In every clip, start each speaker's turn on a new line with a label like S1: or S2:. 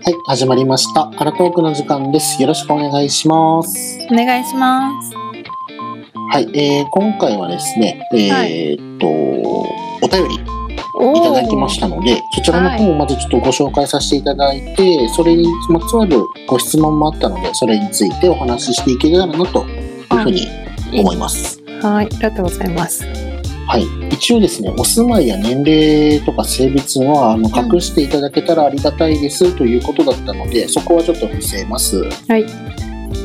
S1: はい、始まりました。アラトークの時間です。よろしくお願いします。
S2: お願いします。
S1: はい、えー、今回はですね、
S2: は
S1: えーっと、お便り
S2: お
S1: いただきましたので、そちらの方をまずちょっとご紹介させていただいて、それにまつわるご質問もあったので、それについてお話ししていけたらなというふうに思います。
S2: た。はい、ありがとうございます。
S1: はい、一応ですねお住まいや年齢とか性別はあの
S2: うん、
S1: 隠していただけたらありがたいですということだったので、そこはちょっと伏せますはい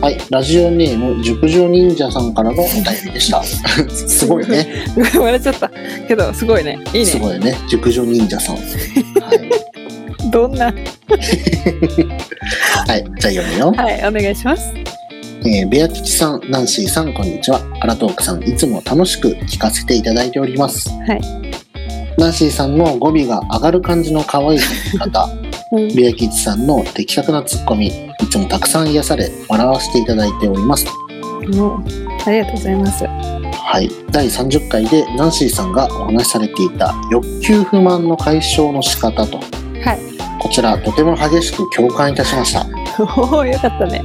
S1: はい、ラジオネーム熟女忍者さんからのお便りでした すごいね
S2: 笑っちゃったけどすごいね。いい
S1: す
S2: ね。
S1: ごいね熟女忍者さんはい、
S2: どんな
S1: はい、じゃあ読むよ、
S2: はいお願いします。
S1: えー、ベア吉さん、ナンシーさん、こんにちは。アラトークさん、いつも楽しく聞かせていただいております。
S2: はい。
S1: ナンシーさんの語尾が上がる感じの可愛い言い方、
S2: うん
S1: ベアキッズさんの的確なツッコミ、いつもたくさん癒され、笑わせていただいております。
S2: もうありがとうございます。
S1: はい。第30回でナンシーさんがお話しされていた欲求不満の解消の仕方と、
S2: はい。
S1: こちらとても激しく共感いたしました。
S2: おおよかったね。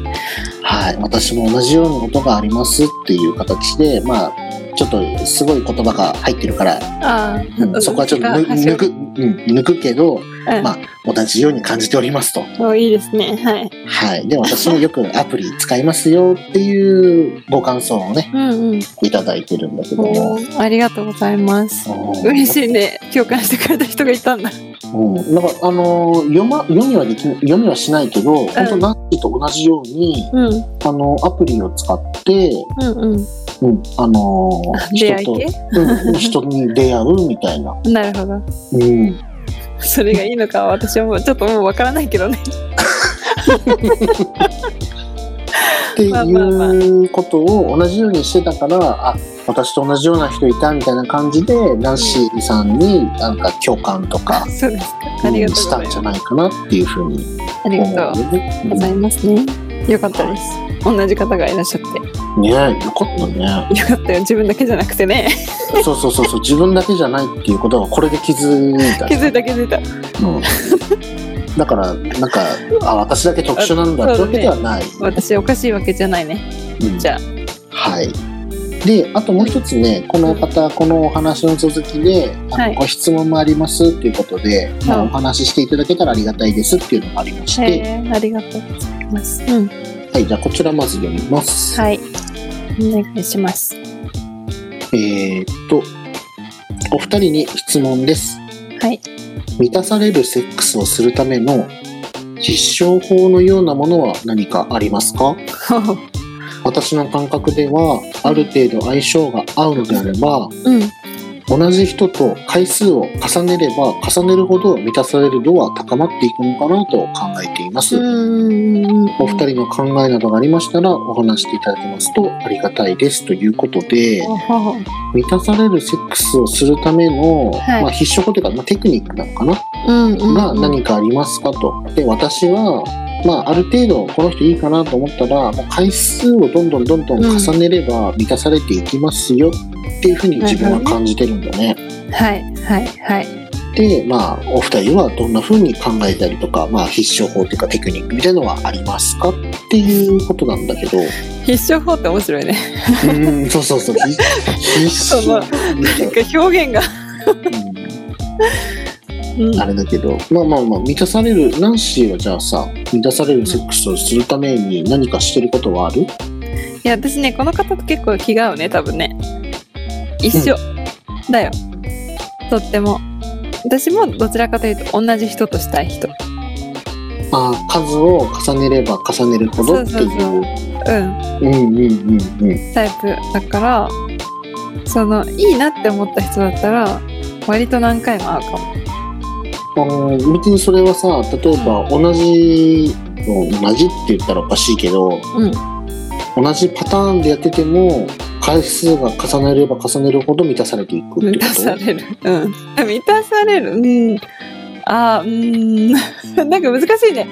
S1: はい。私も同じようなことがありますっていう形で、まあ、ちょっとすごい言葉が入ってるから、
S2: ああ、
S1: うんそこはちょっとぬ
S2: あ
S1: 抜く、うん、抜くけど、
S2: うん
S1: まあ、同じように感じておりますと。
S2: おいいですね。はい。
S1: はい。で、私もよくアプリ使いますよっていうご感想をね、
S2: うんうん。
S1: いただいてるんだけど
S2: お
S1: も。
S2: ーありがとうございます。
S1: うん
S2: 嬉しいね。共感してくれた人がいたんだ。
S1: うん、なんかあのー読ま読みはでき読みはしないけど、本当ナッキーと同じように
S2: うんうん
S1: あのアプリを使って、
S2: うん。
S1: うん、あのー
S2: 出会い
S1: 人と、
S2: 系？
S1: うん、人に出会うみたいな、
S2: なるほど。
S1: うん、
S2: それがいいのかは私はもうちょっともうわからないけどね。
S1: ってい
S2: まあまあまあ
S1: うことを同じようにしてたから、あ私と同じような人いたみたいな感じで、ナンシーさんになんか共感とか。
S2: そうですか。ありが
S1: うん
S2: とうご
S1: し
S2: ざ
S1: たん
S2: います
S1: じゃ。ないかなっていうふうに
S2: あり
S1: 思
S2: が
S1: う
S2: とう。
S1: のでね。
S2: ございますね。よかったです。同じ方がいらっしゃって。
S1: うんねえ、よかったね。
S2: よかったよ。自分だけじゃなくてね。
S1: そうそうそうそう自分だけじゃないっていうことがこれで気づいた、
S2: 気づいた気づいた。
S1: うん、だからなんかあ私だけ特殊なんだ
S2: あ
S1: って
S2: そ
S1: わ
S2: う
S1: け
S2: だね
S1: ではない、
S2: 私おかしいわけじゃないね。
S1: うん
S2: じゃあ。
S1: はいであともう一つねこの方このお話の続きであの、
S2: はい
S1: ご質問もありますっていうことで、まあ
S2: はい
S1: お話ししていただけたらありがたいですっていうのがありまし
S2: へ
S1: て、
S2: え、ありがとうございます。うん。
S1: はい、じゃあこちらまず読みます、
S2: はい。お願いします。
S1: えーっとお二人に質問です
S2: はい。
S1: 満たされるセックスをするための実証法のようなものは何かありますか私の感覚ではある程度相性が合うのであれば
S2: うん。
S1: 同じ人と回数を重ねれば重ねるほど満たされる度は高まっていくのかなと考えています、
S2: うん。
S1: お二人の考えなどがありましたらお話していただけますとありがたいですということで満たされるセックスをするための、
S2: はい
S1: まあ、必勝法というか、まあ、テクニックなのかな
S2: うん。うん。
S1: が何かありますかと。で私は、まあ、ある程度この人いいかなと思ったらもう回数をどんどんどんどん重ねれば満たされていきますよっていうふうに自分は感じてるんだね。
S2: はい。はい。はい。
S1: でまあお二人はどんなふうに考えたりとか、まあ、必勝法というかテクニックみたいなのはありますかっていうことなんだけ どう
S2: 必勝法って面白い ね。
S1: ーんそうそうそうひ必勝
S2: そのなんか表現が。
S1: うん
S2: うん
S1: あれだけどまあまあまあ満たされるナンシーはじゃあさ満たされるセックスをするために何かしてることはある
S2: いや私ねこの方と結構気が合うね多分ね一緒だよ、とっても私もどちらかというと同じ人としたい人
S1: あー数を重ねれば重ねるほどってい
S2: そうそうう
S1: うん
S2: ん
S1: うんうんうん
S2: タイプだからそのいいなって思った人だったら割と何回も会うかも
S1: あのー別にそれはさ例えば同じ同じって言ったらおかしいけど
S2: うん
S1: 同じパターンでやってても回数が重ねれば重ねるほど満たされていくってこ
S2: 満たさ
S1: と
S2: れるうん満たされるうんあーうーん なんか難しいね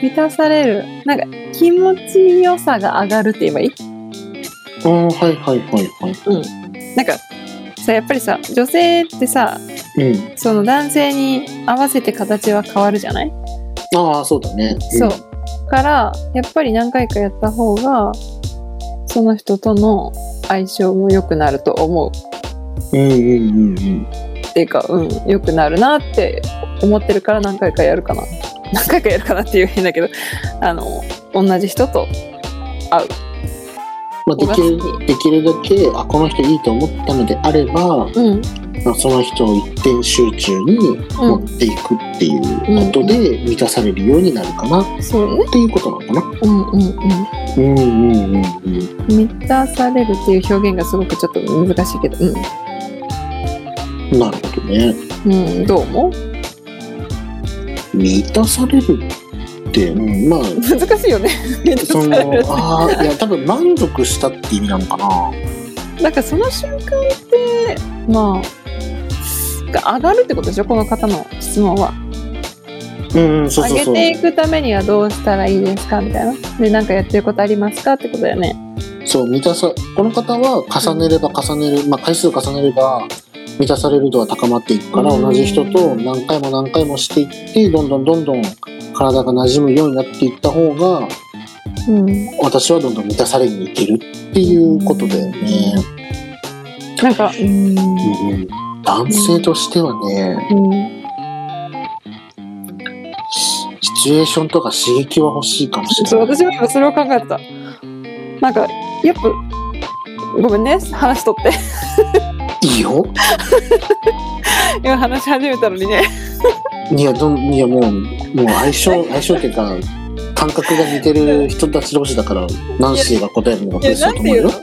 S2: 満たされるなんか気持ちよさが上がるって言えばいい
S1: ああはいはいはいはい
S2: なんかさやっぱりさ女性ってさ
S1: うん
S2: その男性に合わせて形は変わるじゃない
S1: ああ、そうだね。ん
S2: そう。から、やっぱり何回かやった方が、その人との相性も良くなると思
S1: う
S2: う。
S1: んうんうんうん。
S2: っていうか、うん、良くなるなって思ってるから何回かやるかな。何回かやるかなっていう変だけど、あの、同じ人と、
S1: まあ、できる、できるだけ、あ、この人いいと思ったのであれば、
S2: うん、
S1: まあ、その人を一点集中に持っていくっていうことで満たされるようになるかなっ
S2: そうね。
S1: ていうことなのかな。
S2: うんうんうん。
S1: うんうんうんうん。
S2: 満たされるっていう表現がすごくちょっと難しいけど、うん、
S1: なるほどね。
S2: うん、どう思う
S1: 満たされるって、うん、まあ、
S2: 難しいよ ね満た
S1: そ
S2: され
S1: の
S2: る、
S1: ああ、いや、多分満足したって意味なのかな。
S2: なんかその瞬間ってまあが上がるってことでしょこの方の質問は
S1: うん、そうそうそ
S2: 上
S1: う。
S2: げていくためにはどうしたらいいですかみたいなで何かやってることありますかってことだよね
S1: そう、満たさ、この方は重ねれば重ねる、まあ、回数重ねれば、満たされる度は高まっていくから、
S2: うん
S1: 同じ人と何回も何回もしていって、どんどんどんどん体が馴染むようになっていった方が、
S2: うん
S1: 私はどんどん満たされにいけるっていうことだよね。
S2: なんかうん
S1: うん、男性としてはね、
S2: うん
S1: シチュエーションとか刺激は欲しいかもしれ
S2: そう
S1: ない。
S2: 私も今それを考えてたなんかやっぱごめんね話しとって
S1: いいよ。
S2: 今話し始めたのにね
S1: いや、どん、いや、もう、もう相 性、相性っていうか、感覚が似てる人たち同士だから、ナンシーが答えるのが
S2: い
S1: ベ
S2: や
S1: スト
S2: な
S1: だ
S2: ん
S1: と
S2: て
S1: 思う
S2: いうの
S1: よ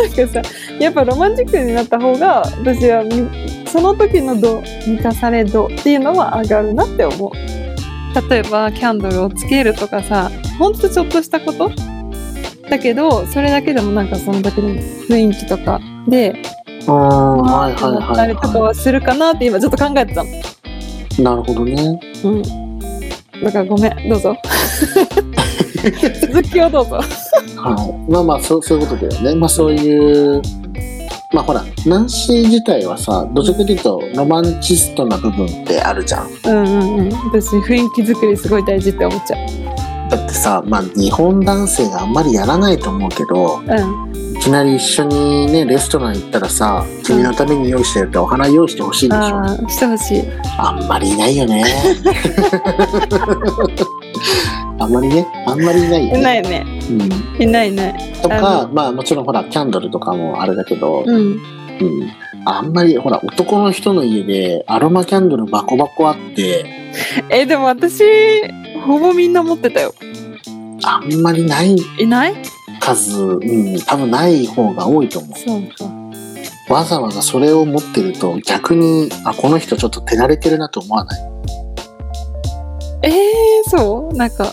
S2: な。んかさやっぱロマンチックになった方が私はみその時の度満たされ度っていうのは上がるなって思う例えばキャンドルをつけるとかさほんとちょっとしたことだけどそれだけでもなんかその時の雰囲気とかで
S1: ああー、はいはい
S2: なった
S1: はい、
S2: りとかはするかなって今ちょっと考えてたの、
S1: い。なるほどね。
S2: うん、だからごめんどうぞ続きをどうぞ
S1: はい。まあまあ、そう、そういうことだよね。まあそういう、まあほら、ナンシー自体はさ、どちらかというと、ロマンチストな部分ってあるじゃん。
S2: うんうんうん私雰囲気作りすごい大事って思っちゃう
S1: だってさ、まあ日本男性があんまりやらないと思うけど、
S2: うん
S1: いきなり一緒にね、レストラン行ったらさ、君のために用意してるってお花用意してほしいでしょ。
S2: ああしてほしい
S1: あんまりいないよ ね。あんまりね、あんまりいないよ
S2: い
S1: ね。
S2: ないね。
S1: うん、
S2: いないいない。
S1: と
S2: あ
S1: か、まあもちろんほら、キャンドルとかもあれだけど、
S2: うん。
S1: うんあんまりほら、男の人の家でアロマキャンドルバコバコあって、
S2: え、でも私、ほぼみんな持ってたよ。
S1: あんまりない
S2: いない
S1: 数、うん、多分ない方が多いと思
S2: そうか。
S1: う。わざわざそれを持ってると逆に、あ、この人ちょっと手慣れてるなと思わない。
S2: えー、そうなんか、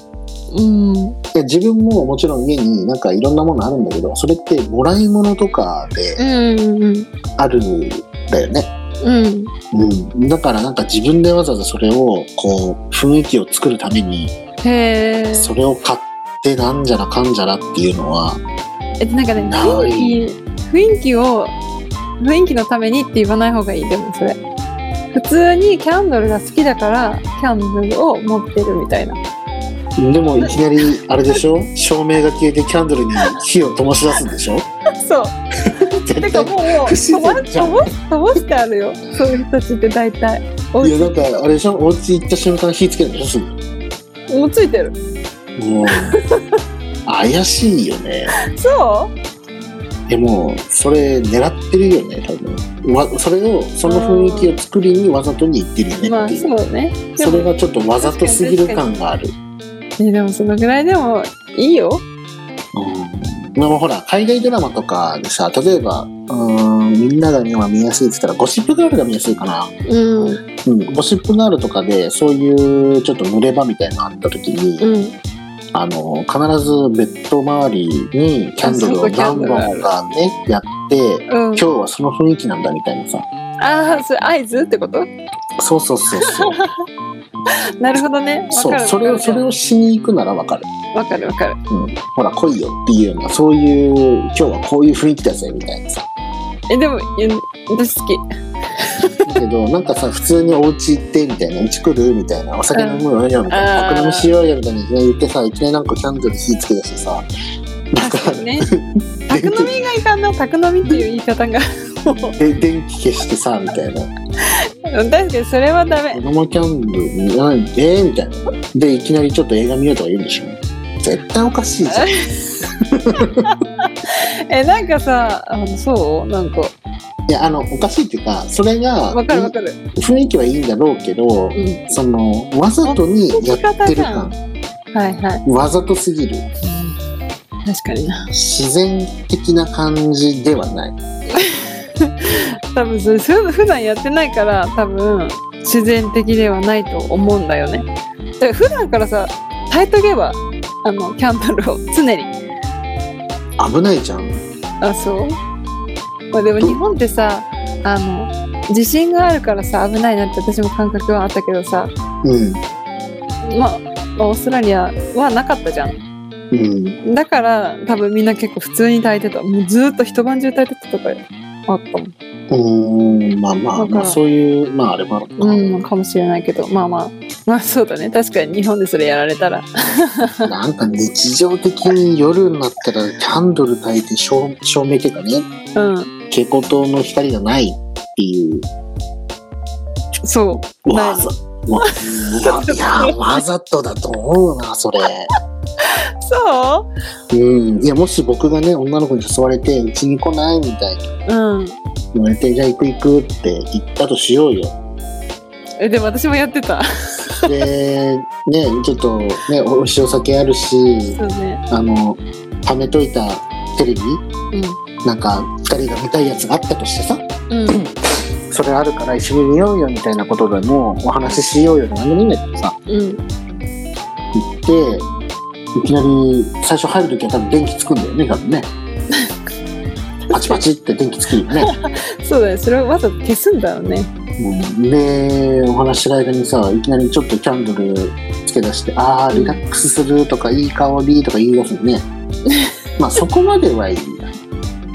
S2: うん。
S1: いや自分ももちろん家になんかいろんなものあるんだけど、それってもらい物とかで
S2: うんうん
S1: あるんだよね。
S2: うん。うん。
S1: うん、だからなんか自分でわざわざそれをこう雰囲気を作るために
S2: へー
S1: それを買ってなんじゃらかんじゃらっていうのは
S2: え。なんかね、
S1: な
S2: 雰
S1: い
S2: 囲気、雰囲気を、雰囲気のためにって言わない方がいい。でもそれ。普通にキャンドルが好きだから、キャンドルを持ってるみたいな。
S1: でもいきなりあれでしょ照明が消えてキャンドルに火を灯し出すんでしょ
S2: そう。
S1: 絶
S2: て
S1: 対
S2: かもう、
S1: 不自
S2: 飛ば
S1: 然
S2: し
S1: じゃん
S2: 飛ばしてあるよ。そういう人たちって大体。お
S1: いうやなんかあれでしょお家行った瞬間火つけるんでしょす ぐ
S2: ちもうついてる。
S1: もう怪しいよね
S2: そう
S1: でもそれ狙ってるよね多分わそれをその雰囲気を作りにわざとに行ってるよ
S2: ま
S1: ねっ
S2: あ
S1: ていう、
S2: そうね。で
S1: それ
S2: も、
S1: がちょっとわざとすぎる感がある
S2: ね、でもそのぐらいでもいいよ。
S1: うんまあほら、海外ドラマとかでさ、例えば、うーん、みんなが今見やすいって言ったら、ゴシップガールが見やすいかな。
S2: うん。うん。
S1: うん、ゴシップガールとかで、そういうちょっと濡れ場みたいなのあった時に、あの、必ずベッド周りにキャンドルを何本かね、やって、
S2: うん
S1: 今。日はその雰囲気なんだみたいなさ。
S2: ああ、それ合図ってこと
S1: そうそうそう そう。
S2: なるほどね。わ
S1: そ
S2: か
S1: う、
S2: る。
S1: それを、それをしに行くならわかる。
S2: わかるわかる。
S1: うん。ほら、来いよっていうような、そういう、今日はこういう雰囲気だぜみたいなさ。
S2: え、でも、いや私好き。
S1: けどなんかさ普通にお家行ってみたいなうち来るみたいなお酒飲むよみたいな
S2: うん
S1: 爆飲みしようよみたいにいきなり言ってさいきなりなんかキャンドル火つけ出してさなん
S2: 確か
S1: か
S2: に ね。宅飲みがいかんな、宅飲みっていう言い方が。もう
S1: で電気消してさみたいな
S2: 確かにそれはダメ。
S1: 生キャンドルに何えー、みたいなでいきなりちょっと映画見ようとか言うんでしょ絶対おかしいじゃん
S2: え、なんかさ、あの、そうなんか、
S1: いやあのおかしいっていうかそれが
S2: わかるわかる。
S1: 雰囲気はいいんだろうけど
S2: うん。
S1: そのわざとにやってる感
S2: はいはい。
S1: わざとすぎる
S2: 確かにな。
S1: 自然的な感じではない
S2: 多分それそういうの普段やってないから多分自然的ではないと思うんだよねだから普段からさ炊いとけばあのキャンドルを常に
S1: 危ないじゃん
S2: あそう、まあ、でも日本ってさあの地震があるからさ危ないなって私も感覚はあったけどさ
S1: うん
S2: まあまあオーストラリアはなかったじゃん
S1: うん
S2: だから多分みんな結構普通に炊いてたもうずーっと一晩中炊いてたとかあったもん
S1: うーんまあまあ
S2: だか
S1: ま
S2: ら
S1: あそういうまああれもあるな、
S2: うん、かもしれないけど、まあまあ、 まあそうだね。確かに日本でそれやられたら。
S1: なんか日常的に夜になったらキャンドル焚いて照照明っていうかね
S2: うん、
S1: 蛍光灯の光がないっていう
S2: そう。
S1: わざわわいやわざとだと思うなそれ
S2: そ
S1: うんいやもし僕がね女の子に誘われてうちに来ないみたいに
S2: ううん。
S1: 言われてじゃあ行く行くって言ったとしようよ
S2: え、でも私もやってた。
S1: でねちょっとねお美味しいお酒あるし
S2: そうね。
S1: あの貯めといたテレビ
S2: う
S1: なんか2人が見たいやつがあったとしてさ
S2: ん。うん。
S1: それあるから一緒に見ようよみたいなことでもお話ししようよで何でもいいんだけどさ
S2: うん。
S1: 行っていきなり最初入る時は多分電気つくんだよね多分ねパチパチって電気つくよね、
S2: そうだね。それをわざと消すんだよね。
S1: うん、でお話ししてる間にさいきなりちょっとキャンドルつけ出して「あーリラックスする」とか「いい香り」とか言い出すのねまあそこまではいいや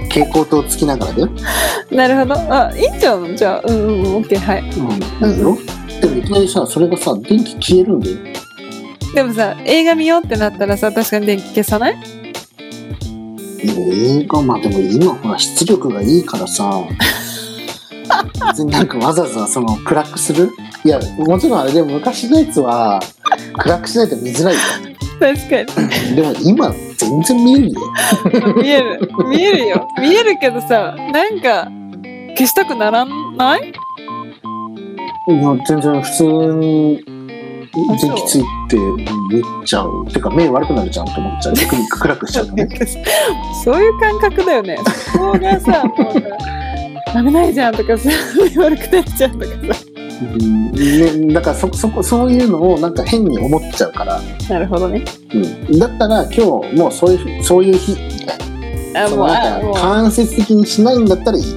S1: 蛍光灯つきながらだよ
S2: なるほど。あ、いいんちゃうのじゃあ、うんうんうん、オッケー、はい。
S1: うん、いいよ。でもいきなりさ、それがさ、電気消えるんだよ。
S2: でもさ、映画見ようってなったらさ、確かに電気消さない
S1: 映画、まあでも今ほら出力がいいからさ、別になんかわざわざその暗くするいや、もちろんあれでも昔のやつは暗くしないと見づらいよ。
S2: 確かに。
S1: でも今全然見えるよ。
S2: 見える。見えるよ。見えるけどさ、なんか、消したくならない
S1: い や、全然普通に電気ついて見ちゃう。てか目悪くなるじゃんって思っちゃう。逆に暗くしちゃうと ね。
S2: そういう感覚だよね。そこがさ、もうさ、危ないじゃんとかさ、悪くなっちゃうとか
S1: うんね、だからそ、そこ、そういうのをなんか変に思っちゃうから。
S2: さ。なるほどね。
S1: うん、だったら今日もうそういうそういう日みたいな
S2: あ、
S1: そ
S2: もう、
S1: の
S2: あ
S1: なん
S2: も
S1: か間接的にしないんだったらいいよ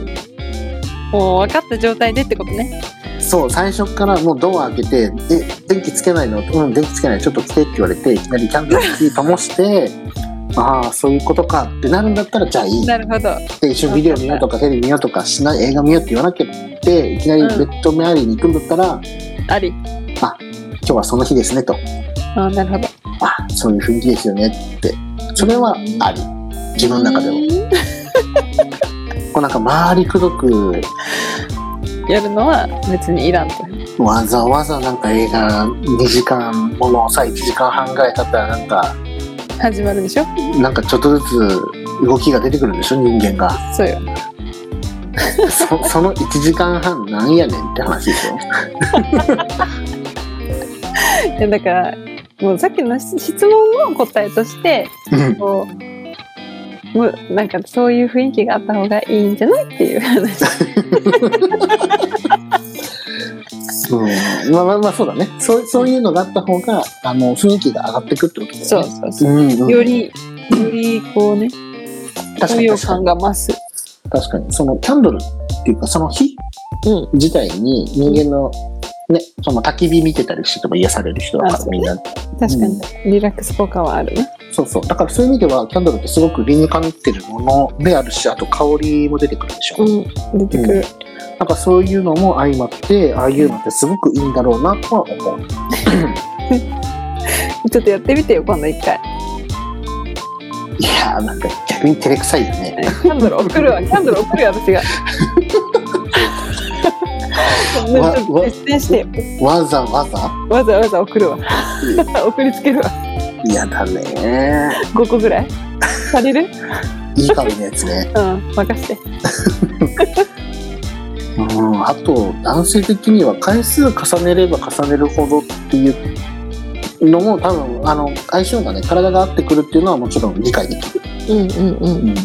S2: う、もう分かった状態でってことね。
S1: そう最初からもうドア開けて「え電気つけないの?」うん電気つけないちょっと来て」って言われていきなりキャンドル火灯して「ああそういうことか」ってなるんだったらじゃあいい
S2: なるほど。
S1: で一緒にビデオ見ようとかテレビ見ようとかしない映画見ようって言わなきゃっていきなりベッドメアリーに行くんだったら、
S2: あり。
S1: 今日はその日ですねと
S2: あ、なるほど。
S1: あそういう雰囲気ですよねってそれはあり自分の中でも
S2: も。
S1: こうなんか周りくどく
S2: やるのは別にいらんと。
S1: わざわざなんか映画2時間ものをさ1時間半ぐらい経ったらなんか
S2: 始まるでしょ
S1: なんかちょっとずつ動きが出てくるんでしょ人間が
S2: そうよ。
S1: そその1時間半なんやねんって話でしょ
S2: いやだから、もうさっきの質問の答えとして、
S1: うん
S2: こう、むなんかそういう雰囲気があった方がいいんじゃないっていう話。
S1: うんまあまあまあそうだねそうそういうのがあった方があの雰囲気が上がってくってことだよね
S2: そうそうそう。
S1: うんうん、
S2: より、よりこうね、
S1: 確か
S2: 高
S1: に
S2: 揚
S1: 確か
S2: 感
S1: に
S2: が増す。
S1: 確かにそのキャンドルっていうかその火
S2: うん。
S1: 自体に人間のねその焚き火見てたりしてても癒される人だか
S2: あ
S1: ら
S2: そうね
S1: みんな
S2: 確かに。リラックス効果はあるね。
S1: そうそう。だからそういう意味では、キャンドルってすごく理にかなってるものであるし、あと香りも出てくるでしょ。
S2: ん。出てくる。
S1: なんかそういうのも相まってああいうのってすごくいいんだろうなとは思う
S2: ちょっとやってみてよ今度一回
S1: いやーなんか逆に照れくさいよね
S2: キャンドル送るわキャンドル送るよ 私がもうちょっと実践してよ
S1: わざわざ
S2: わざわざ送るわ 送りつけるわ
S1: 嫌だね
S2: 5個ぐらい足りる
S1: いい紙のやつね
S2: うん任して
S1: うんあと男性的には回数重ねれば重ねるほどっていうのも多分あの相性がね体が合ってくるっていうのはもちろん理解できる
S2: うんうんうん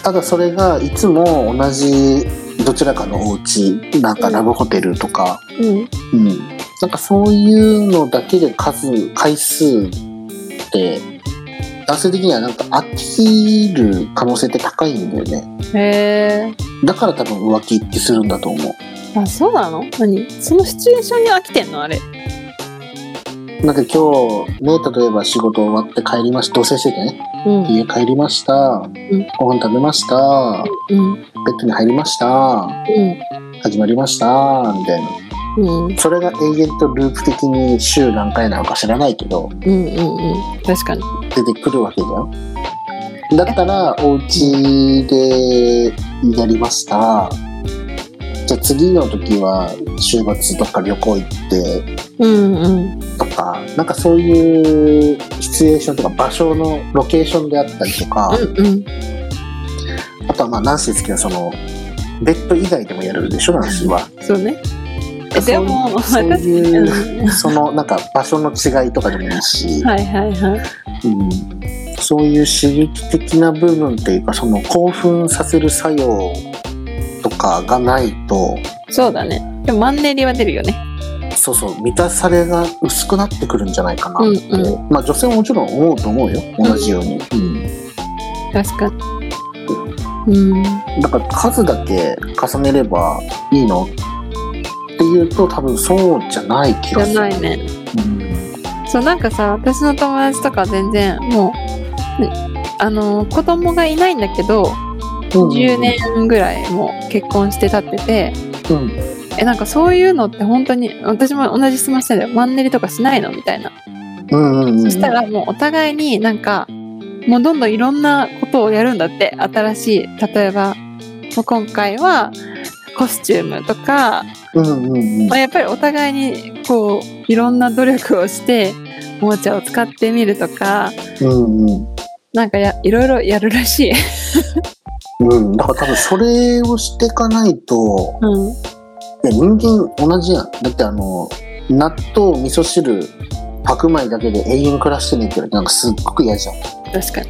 S1: ただそれがいつも同じどちらかのお家なんかラブホテルとか、
S2: うん
S1: うん、なんかそういうのだけで数回数って男性的にはなんか飽きる可能性って高いんだよね
S2: へえ
S1: だから多分浮気ってするんだと思
S2: あそうなの何そのシチュエーションに飽きてんのあれ
S1: うなんか今日ね例えば仕事終わって帰りました同棲しててね
S2: うん
S1: 家帰りました、
S2: ん
S1: ご飯食べました
S2: うん
S1: ベッドに入りました始まりましたみたいな
S2: うんうん
S1: それが永遠とループ的に週何回なのか知らないけど
S2: うんうんうん確かに
S1: 出てくるわけじゃんだったらお家でやりましたじゃあ次の時は週末どっか旅行行って
S2: うんうん
S1: とかなんかそういうシチュエーションとか場所のロケーションであったりとか
S2: うんうん
S1: あとはまあナンシー好きなそのベッド以外でもやるでしょナンシーは。
S2: そうねえでも
S1: そうそう
S2: 私う
S1: いうんそのなんか場所の違いとかでもいいし。
S2: はいはいはい
S1: うんそういう刺激的な部分っていうかその興奮させる作用とかがないと
S2: そうだねでもマンネリは出るよね
S1: そうそう満たされが薄くなってくるんじゃないかなって、
S2: うん
S1: まあ女性ももちろん思うと思うよ同じように、
S2: 確かにうん
S1: だから数だけ重ねればいいのっていうと多分そうじゃない気
S2: じ
S1: が
S2: ゃ
S1: する
S2: ないね
S1: うん
S2: そうなんかさ私の友達とか全然もう、ねあの子供がいないんだけど10年ぐらいもう結婚して経ってて
S1: うん
S2: えなんかそういうのって本当に私も同じ質問してたよマンネリとかしないのみたいな、
S1: うんうんうんうん
S2: そしたらもうお互いになんかもうどんどんいろんなことをやるんだって新しい例えばもう今回はコスチュームとか
S1: うんうんうん
S2: まあ、やっぱりお互いにこういろんな努力をしておもちゃを使ってみるとか
S1: うんうん
S2: なんかやいろいろやるらしい、
S1: うんだから多分それをしていかないと
S2: うん、
S1: いや人間同じやんだってあの納豆味噌汁白米だけで永遠暮らしてねって言われてなんかすっごく嫌じゃん、
S2: 確か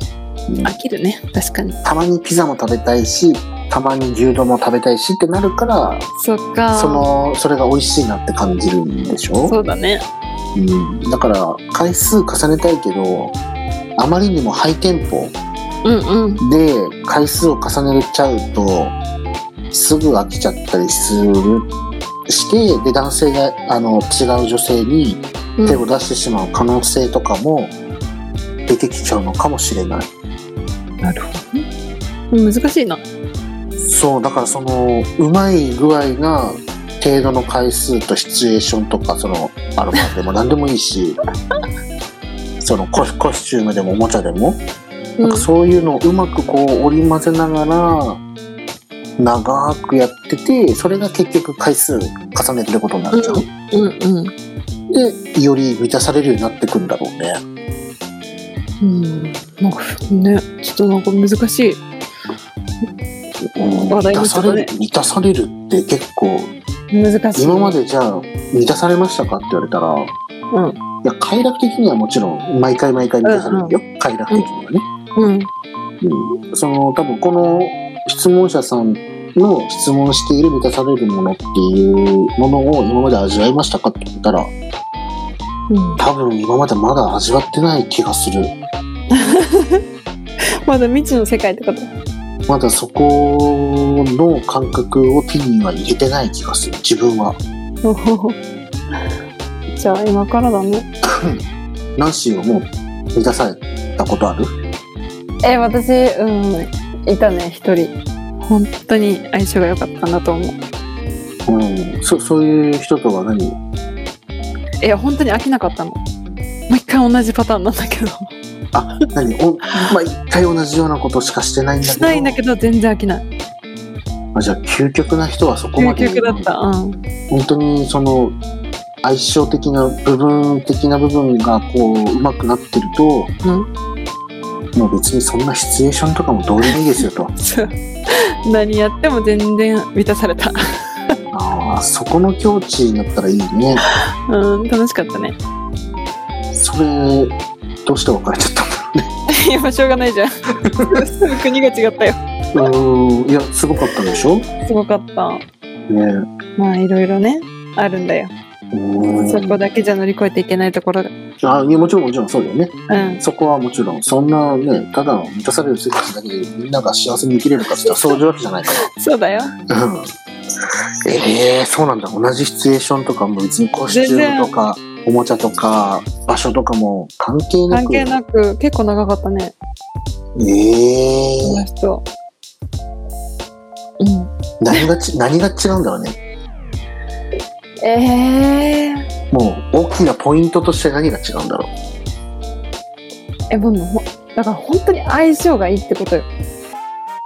S2: に飽きるね確かに
S1: たまにピザも食べたいしたまに牛丼も食べたいしってなるから
S2: そっか
S1: そのそれが美味しいなって感じるんでしょ、
S2: そうだね
S1: うん、だから回数重ねたいけどあまりにもハイテンポ
S2: うんうん
S1: で回数を重ねちゃうとすぐ飽きちゃったりするしてで男性があの違う女性に
S2: うん
S1: 手を出してしまう可能性とかも出てきちゃうのかもしれない、
S2: なるほど難しいな
S1: そうだからそのうまい具合な程度の回数とシチュエーションとかそのアロマでも何でもいいし そのコスコスチュームでもおもちゃでも
S2: う
S1: なん
S2: ん
S1: かそういうのをうまくこう織り交ぜながら長くやっててそれが結局回数重ねてることになるじゃん、
S2: うん
S1: でより満たされるようになってくんだろうね
S2: うんうんなんかねちょっとなんか難しい話
S1: 満
S2: 題
S1: た
S2: にちょ
S1: さ
S2: っと
S1: れ
S2: ね
S1: る満たされるって結構
S2: 難しい
S1: 今までじゃあ満たされましたかって言われたら、
S2: うん
S1: いや快楽的にはもちろん毎回毎回満たされるよ、快楽的にはね、
S2: うん
S1: うん、その多分この質問者さんの質問している満たされるものっていうものを今まで味わいましたかって言ったら
S2: うん、
S1: 多分今までまだ味わってない気がする
S2: まだ未知の世界ってこと
S1: まだそこの感覚を手には入れてない気がする自分は
S2: おほほ じゃあ今からだね
S1: ナンシーはもう満たされたことある
S2: え私うんいたね一人本当に相性が良かったんだと思う
S1: うん、そそういう人とは何
S2: いや本当に飽きなかったのもう一回同じパターンなんだけど
S1: あ何お毎回同じようなことしかしてないんだけ
S2: し
S1: ど
S2: ないんだけど全然飽きない
S1: あじゃあ究極な人はそこま
S2: 究
S1: で
S2: 極だったうん
S1: 本当にその相性的な部分的な部分がこううまくなってると、もう別にそんなシチュエーションとかもどうでもいいですよと
S2: そう 何やっても全然満たされた
S1: ああそこの境地になったらいいね
S2: うん楽しかったね
S1: それどうして別れちゃったんだ
S2: いやまあしょうがないじゃんすぐ国が違ったよ
S1: ろううーんいやすごかったでしょね
S2: すごかった
S1: え
S2: まあいろいろねあるんだよ
S1: うーん
S2: そこだけじゃ乗り越えていけないところが
S1: あいやもちろんもちろんそうだよね
S2: うん
S1: そこはもちろんそんなねただの満たされる生活だけでみんなが幸せに生きれるかって言ったらそういうわけじゃないから
S2: そうだよ
S1: うんええそうなんだ同じシチュエーションとかも別にコスチュームとかおもちゃとか場所とかも関係な
S2: 関
S1: く
S2: 係なく結構長かった
S1: え
S2: ねこの
S1: え
S2: 人うん
S1: 何がち何が違うんだろうね
S2: えー、
S1: もう大きなポイントとして何が違うんだろ
S2: えもうほんだから本当に相性がいいってことよ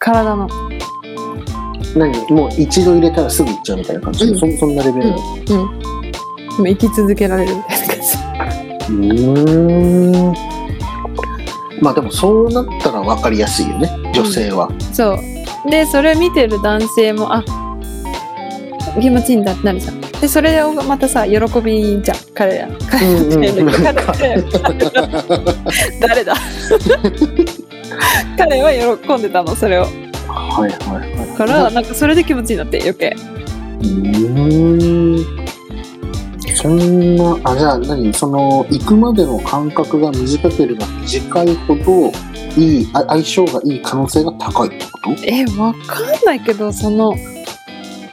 S2: 体の
S1: う何もう一度入れたらすぐ行っちゃうみたいな感じ、
S2: うん
S1: そそんなレベル
S2: もう生き続けられるみたいな感じ
S1: うんまあでもそうなったら分かりやすいよね女性は、
S2: そうでそれ見てる男性もあ気持ちいいんだってなるじゃんでそれをまたさ喜びじゃん彼ら彼らって言うんだけど彼って誰だ彼は喜んでたのそれを
S1: はいはいはい
S2: だからなんかそれで気持ちいいんだって余計
S1: うーんそんなあじゃあ何その行くまでの間隔が短ければ短いほどいいあ相性がいい可能性が高いってこと
S2: えわかんないけどその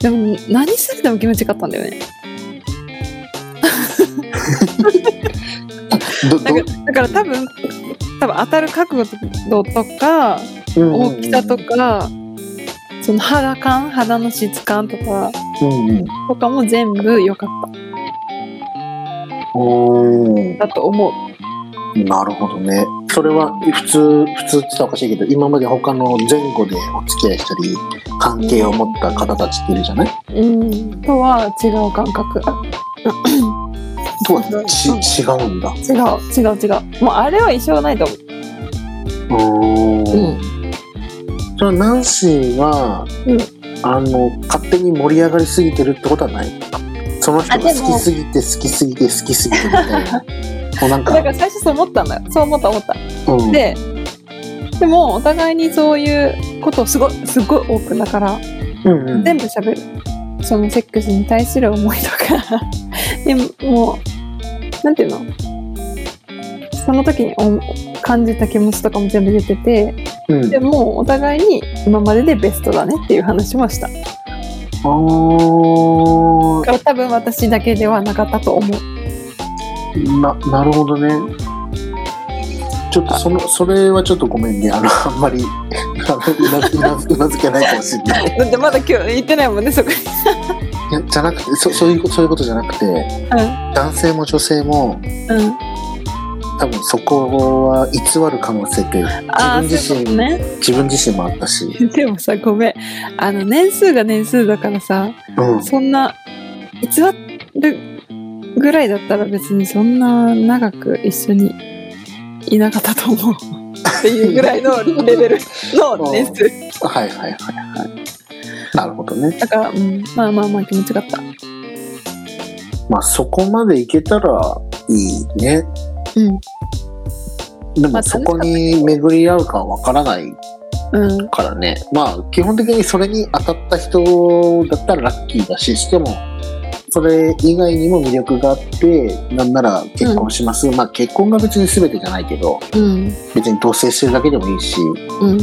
S2: でも何されても気持ちよかったんだよね
S1: ど
S2: だ
S1: ど
S2: からだから多分多分当たる角度とか
S1: うん
S2: 大きさとか、その肌感肌の質感とか
S1: うんうん
S2: とかも全部良かっ
S1: おー
S2: ただと思う
S1: なるほどねそれは普通普通って言ったらおかしいけど今まで他の前後でお付き合いしたり関係を持った方たちっているじゃない、
S2: うんとは違う感覚
S1: とはち違うんだ
S2: 違う違う違うもうあれは一生ないと思
S1: おー
S2: う、
S1: そのナンシーは、
S2: うん
S1: あの勝手に盛り上がりすぎてるってことはないその人
S2: あ
S1: が
S2: でも
S1: 好きすぎて好きすぎて好きすぎてみたいなも うなん
S2: だか
S1: から
S2: 最初そう思ったんだよそう思った思った
S1: うん
S2: ででもお互いにそういうことをすごいすごい多くだから
S1: うんうん
S2: 全部喋るそのセックスに対する思いとか でもうなんていうのその時に思う感じた気持ちとかも全部言ってて
S1: うん
S2: でもうお互いに今まででベストだねっていう話もしただ
S1: あー
S2: から多分私だけではなかったと思う
S1: ななるほどねちょっとそのそれはちょっとごめんねあのあんまりあのうなずうなずうなずけないかもしれ ない
S2: だってまだ今日言ってないもんねそこに
S1: いやじゃなくてそそういうことそういうことじゃなくて男性も女性も
S2: うんうん
S1: 多分そこは偽る可能性って
S2: ああ
S1: 自分自
S2: そういう
S1: 身
S2: ことね
S1: 自分自身もあったし、
S2: でもさごめんあの年数が年数だからさ
S1: うん、
S2: そんな偽るぐらいだったら別にそんな長く一緒にいなかったと思うっていうぐらいのレベルの年数
S1: はいはいはいはい。なるほどね。
S2: だから、 うん、まあまあまあ気持ちよかった
S1: まあそこまでいけたらいいね。
S2: うん
S1: で
S2: まあ
S1: もそこに巡り合うかはわからない
S2: うん
S1: からね。まあ基本的にそれに当たった人だったらラッキーだし、しかもそれ以外にも魅力があって、なんなら結婚します。まあ結婚が別に全てじゃないけど、
S2: うん
S1: 別に同棲してるだけでもいいし、
S2: うん
S1: うん、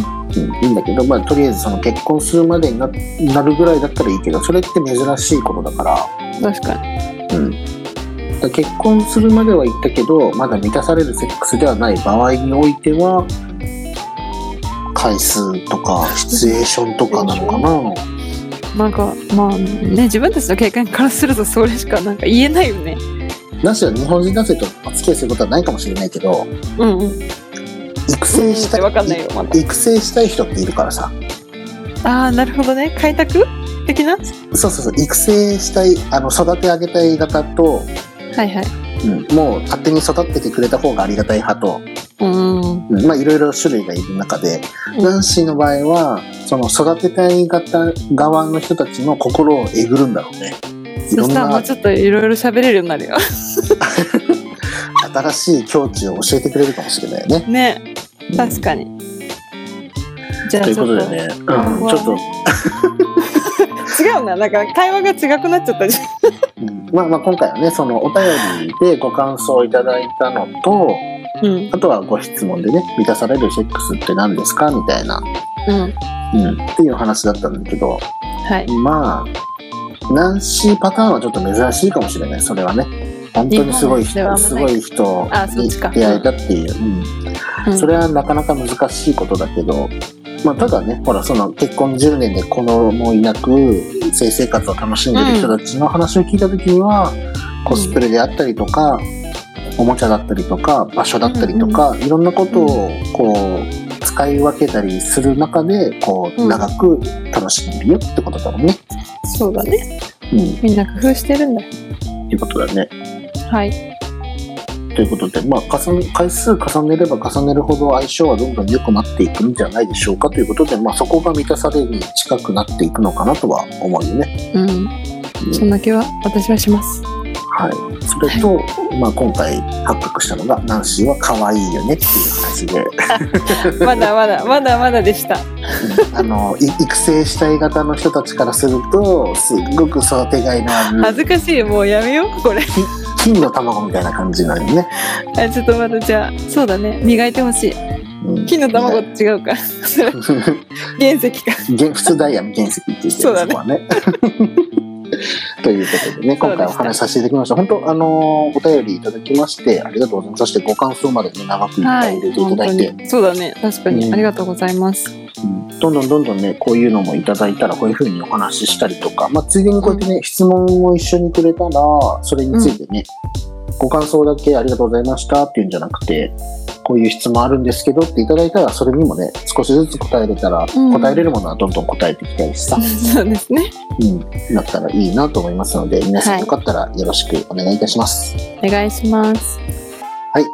S1: いいんだけど、まあとりあえずその結婚するまでにななるぐらいだったらいいけど、それって珍しいことだから。
S2: 確かに
S1: うん、結婚するまでは言ったけどまだ満たされるセックスではない場合においては回数とかシチュエーションとかなのかな
S2: なんかまあね自分たちの経験からするとそれしかなんか言えないよね
S1: なしは日本人男性とお付き合いすることはないかもしれないけど
S2: うんうん
S1: 育成したい,、
S2: わかんないよまだ
S1: 育成したい人っているからさ
S2: ああなるほどね開拓的なは
S1: そうそうそう育成したいあの育て上げたい方と、
S2: いはい
S1: うん、もう勝手に育っててくれた方がありがたい派と、
S2: うん
S1: うんまあいろいろ種類がいる中で、
S2: うん
S1: ナンシーの場合はその育てたい方側の人たちの心をえぐるんだろうねい
S2: そ
S1: ろん
S2: したらも
S1: な
S2: うちょっといろいろ喋れるようになるよ
S1: 新しい境地を教えてくれるかもしれない ね。
S2: ね確かにじゃあ
S1: という
S2: ちょ
S1: こ
S2: っ
S1: と
S2: と
S1: でね、うん、ち
S2: うん
S1: ょっと、
S2: 違うななんか会話が違くなっちゃったじゃん
S1: うんまあまあ今回はねそのお便りでご感想をいただいたのと
S2: うん
S1: あとはご質問でね満たされるセックスって何ですかみたいな、
S2: うん
S1: うん、っていう話だったんだけど
S2: はい
S1: まあナンシーパターンはちょっと珍しいかもしれないそれはね本当にすごい
S2: 日本
S1: 人
S2: ではあ
S1: す
S2: んま
S1: ご
S2: ない
S1: い人
S2: あそっちか
S1: に出会えたっていう、うん
S2: うん
S1: それはなかなか難しいことだけど、まあ、ただねほらその結婚10年で子供いなく性生活を楽しんでる人たちの話を聞いた時には、コスプレであったりとか、おもちゃだったりとか場所だったりとか、いろんなことをこう使い分けたりする中でこ
S2: う
S1: うん長く楽しんでるよってことだもんね。
S2: そうだね
S1: うん、
S2: みんな工夫してるんだ
S1: いうことだね。
S2: はい
S1: ということで、まあ、重ね回数重ねれば重ねるほど相性はどんどん良くなっていくんじゃないでしょうかということで、まあ、そこが満たされに近くなっていくのかなとは思うよね。
S2: うんそんな気は私は します
S1: はい、それと、まあ、今回発覚したのがナンシーは可愛いよねっていう話で
S2: まだまだまだまだでした
S1: あのい育成したい方の人たちからするとすっごく育てがいのあ
S2: 恥ず
S1: る
S2: かしいもうやめようこれ
S1: 金の卵みたいな感じなのよね。
S2: あちょっとまだじゃあそうだね磨いてほしい
S1: うん
S2: 金の 卵と違うかそれ原石か
S1: 原普通ダイヤの原石って言ってる
S2: そうだね
S1: そこはね ということでね今回お話しさせていただきました本当あのーお便りいただきましてありがとうございますそしてご感想までね長くいっぱい入れていた
S2: 本
S1: だ
S2: 当
S1: いて、
S2: にそうだね確かに、
S1: うん
S2: ありがとうござい ます
S1: うんどんどんどんどんねこういうのもいただいたらこういうふうにお話ししたりとか、まあ、ついでにこうやってね、質問を一緒にくれたらそれについてね、ご感想だけありがとうございましたっていうんじゃなくてこういう質問あるんですけどっていただいたらそれにもね少しずつ答えれたら、
S2: うん
S1: 答えれるものはどんどん答えていきたいしさ、
S2: そうですね
S1: うん、なったらいいなと思いますので皆さんよかったらよろしくお願いいたします、はい
S2: お願いします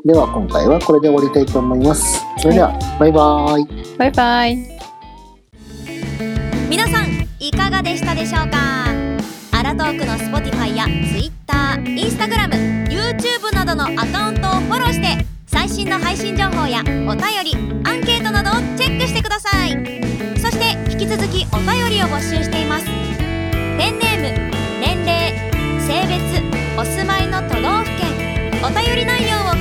S1: では今回はこれで終わりたいと思いますそれでは、バイバーイ
S2: バイバイ
S3: 皆さんいかがでしたでしょうかアラトークの Spotify や TwitterInstagramYouTube などのアカウントをフォローして最新の配信情報やお便りアンケートなどをチェックしてくださいそして引き続きお便りを募集していますペンネーム年齢性別お住まいの都道府県お便り内容を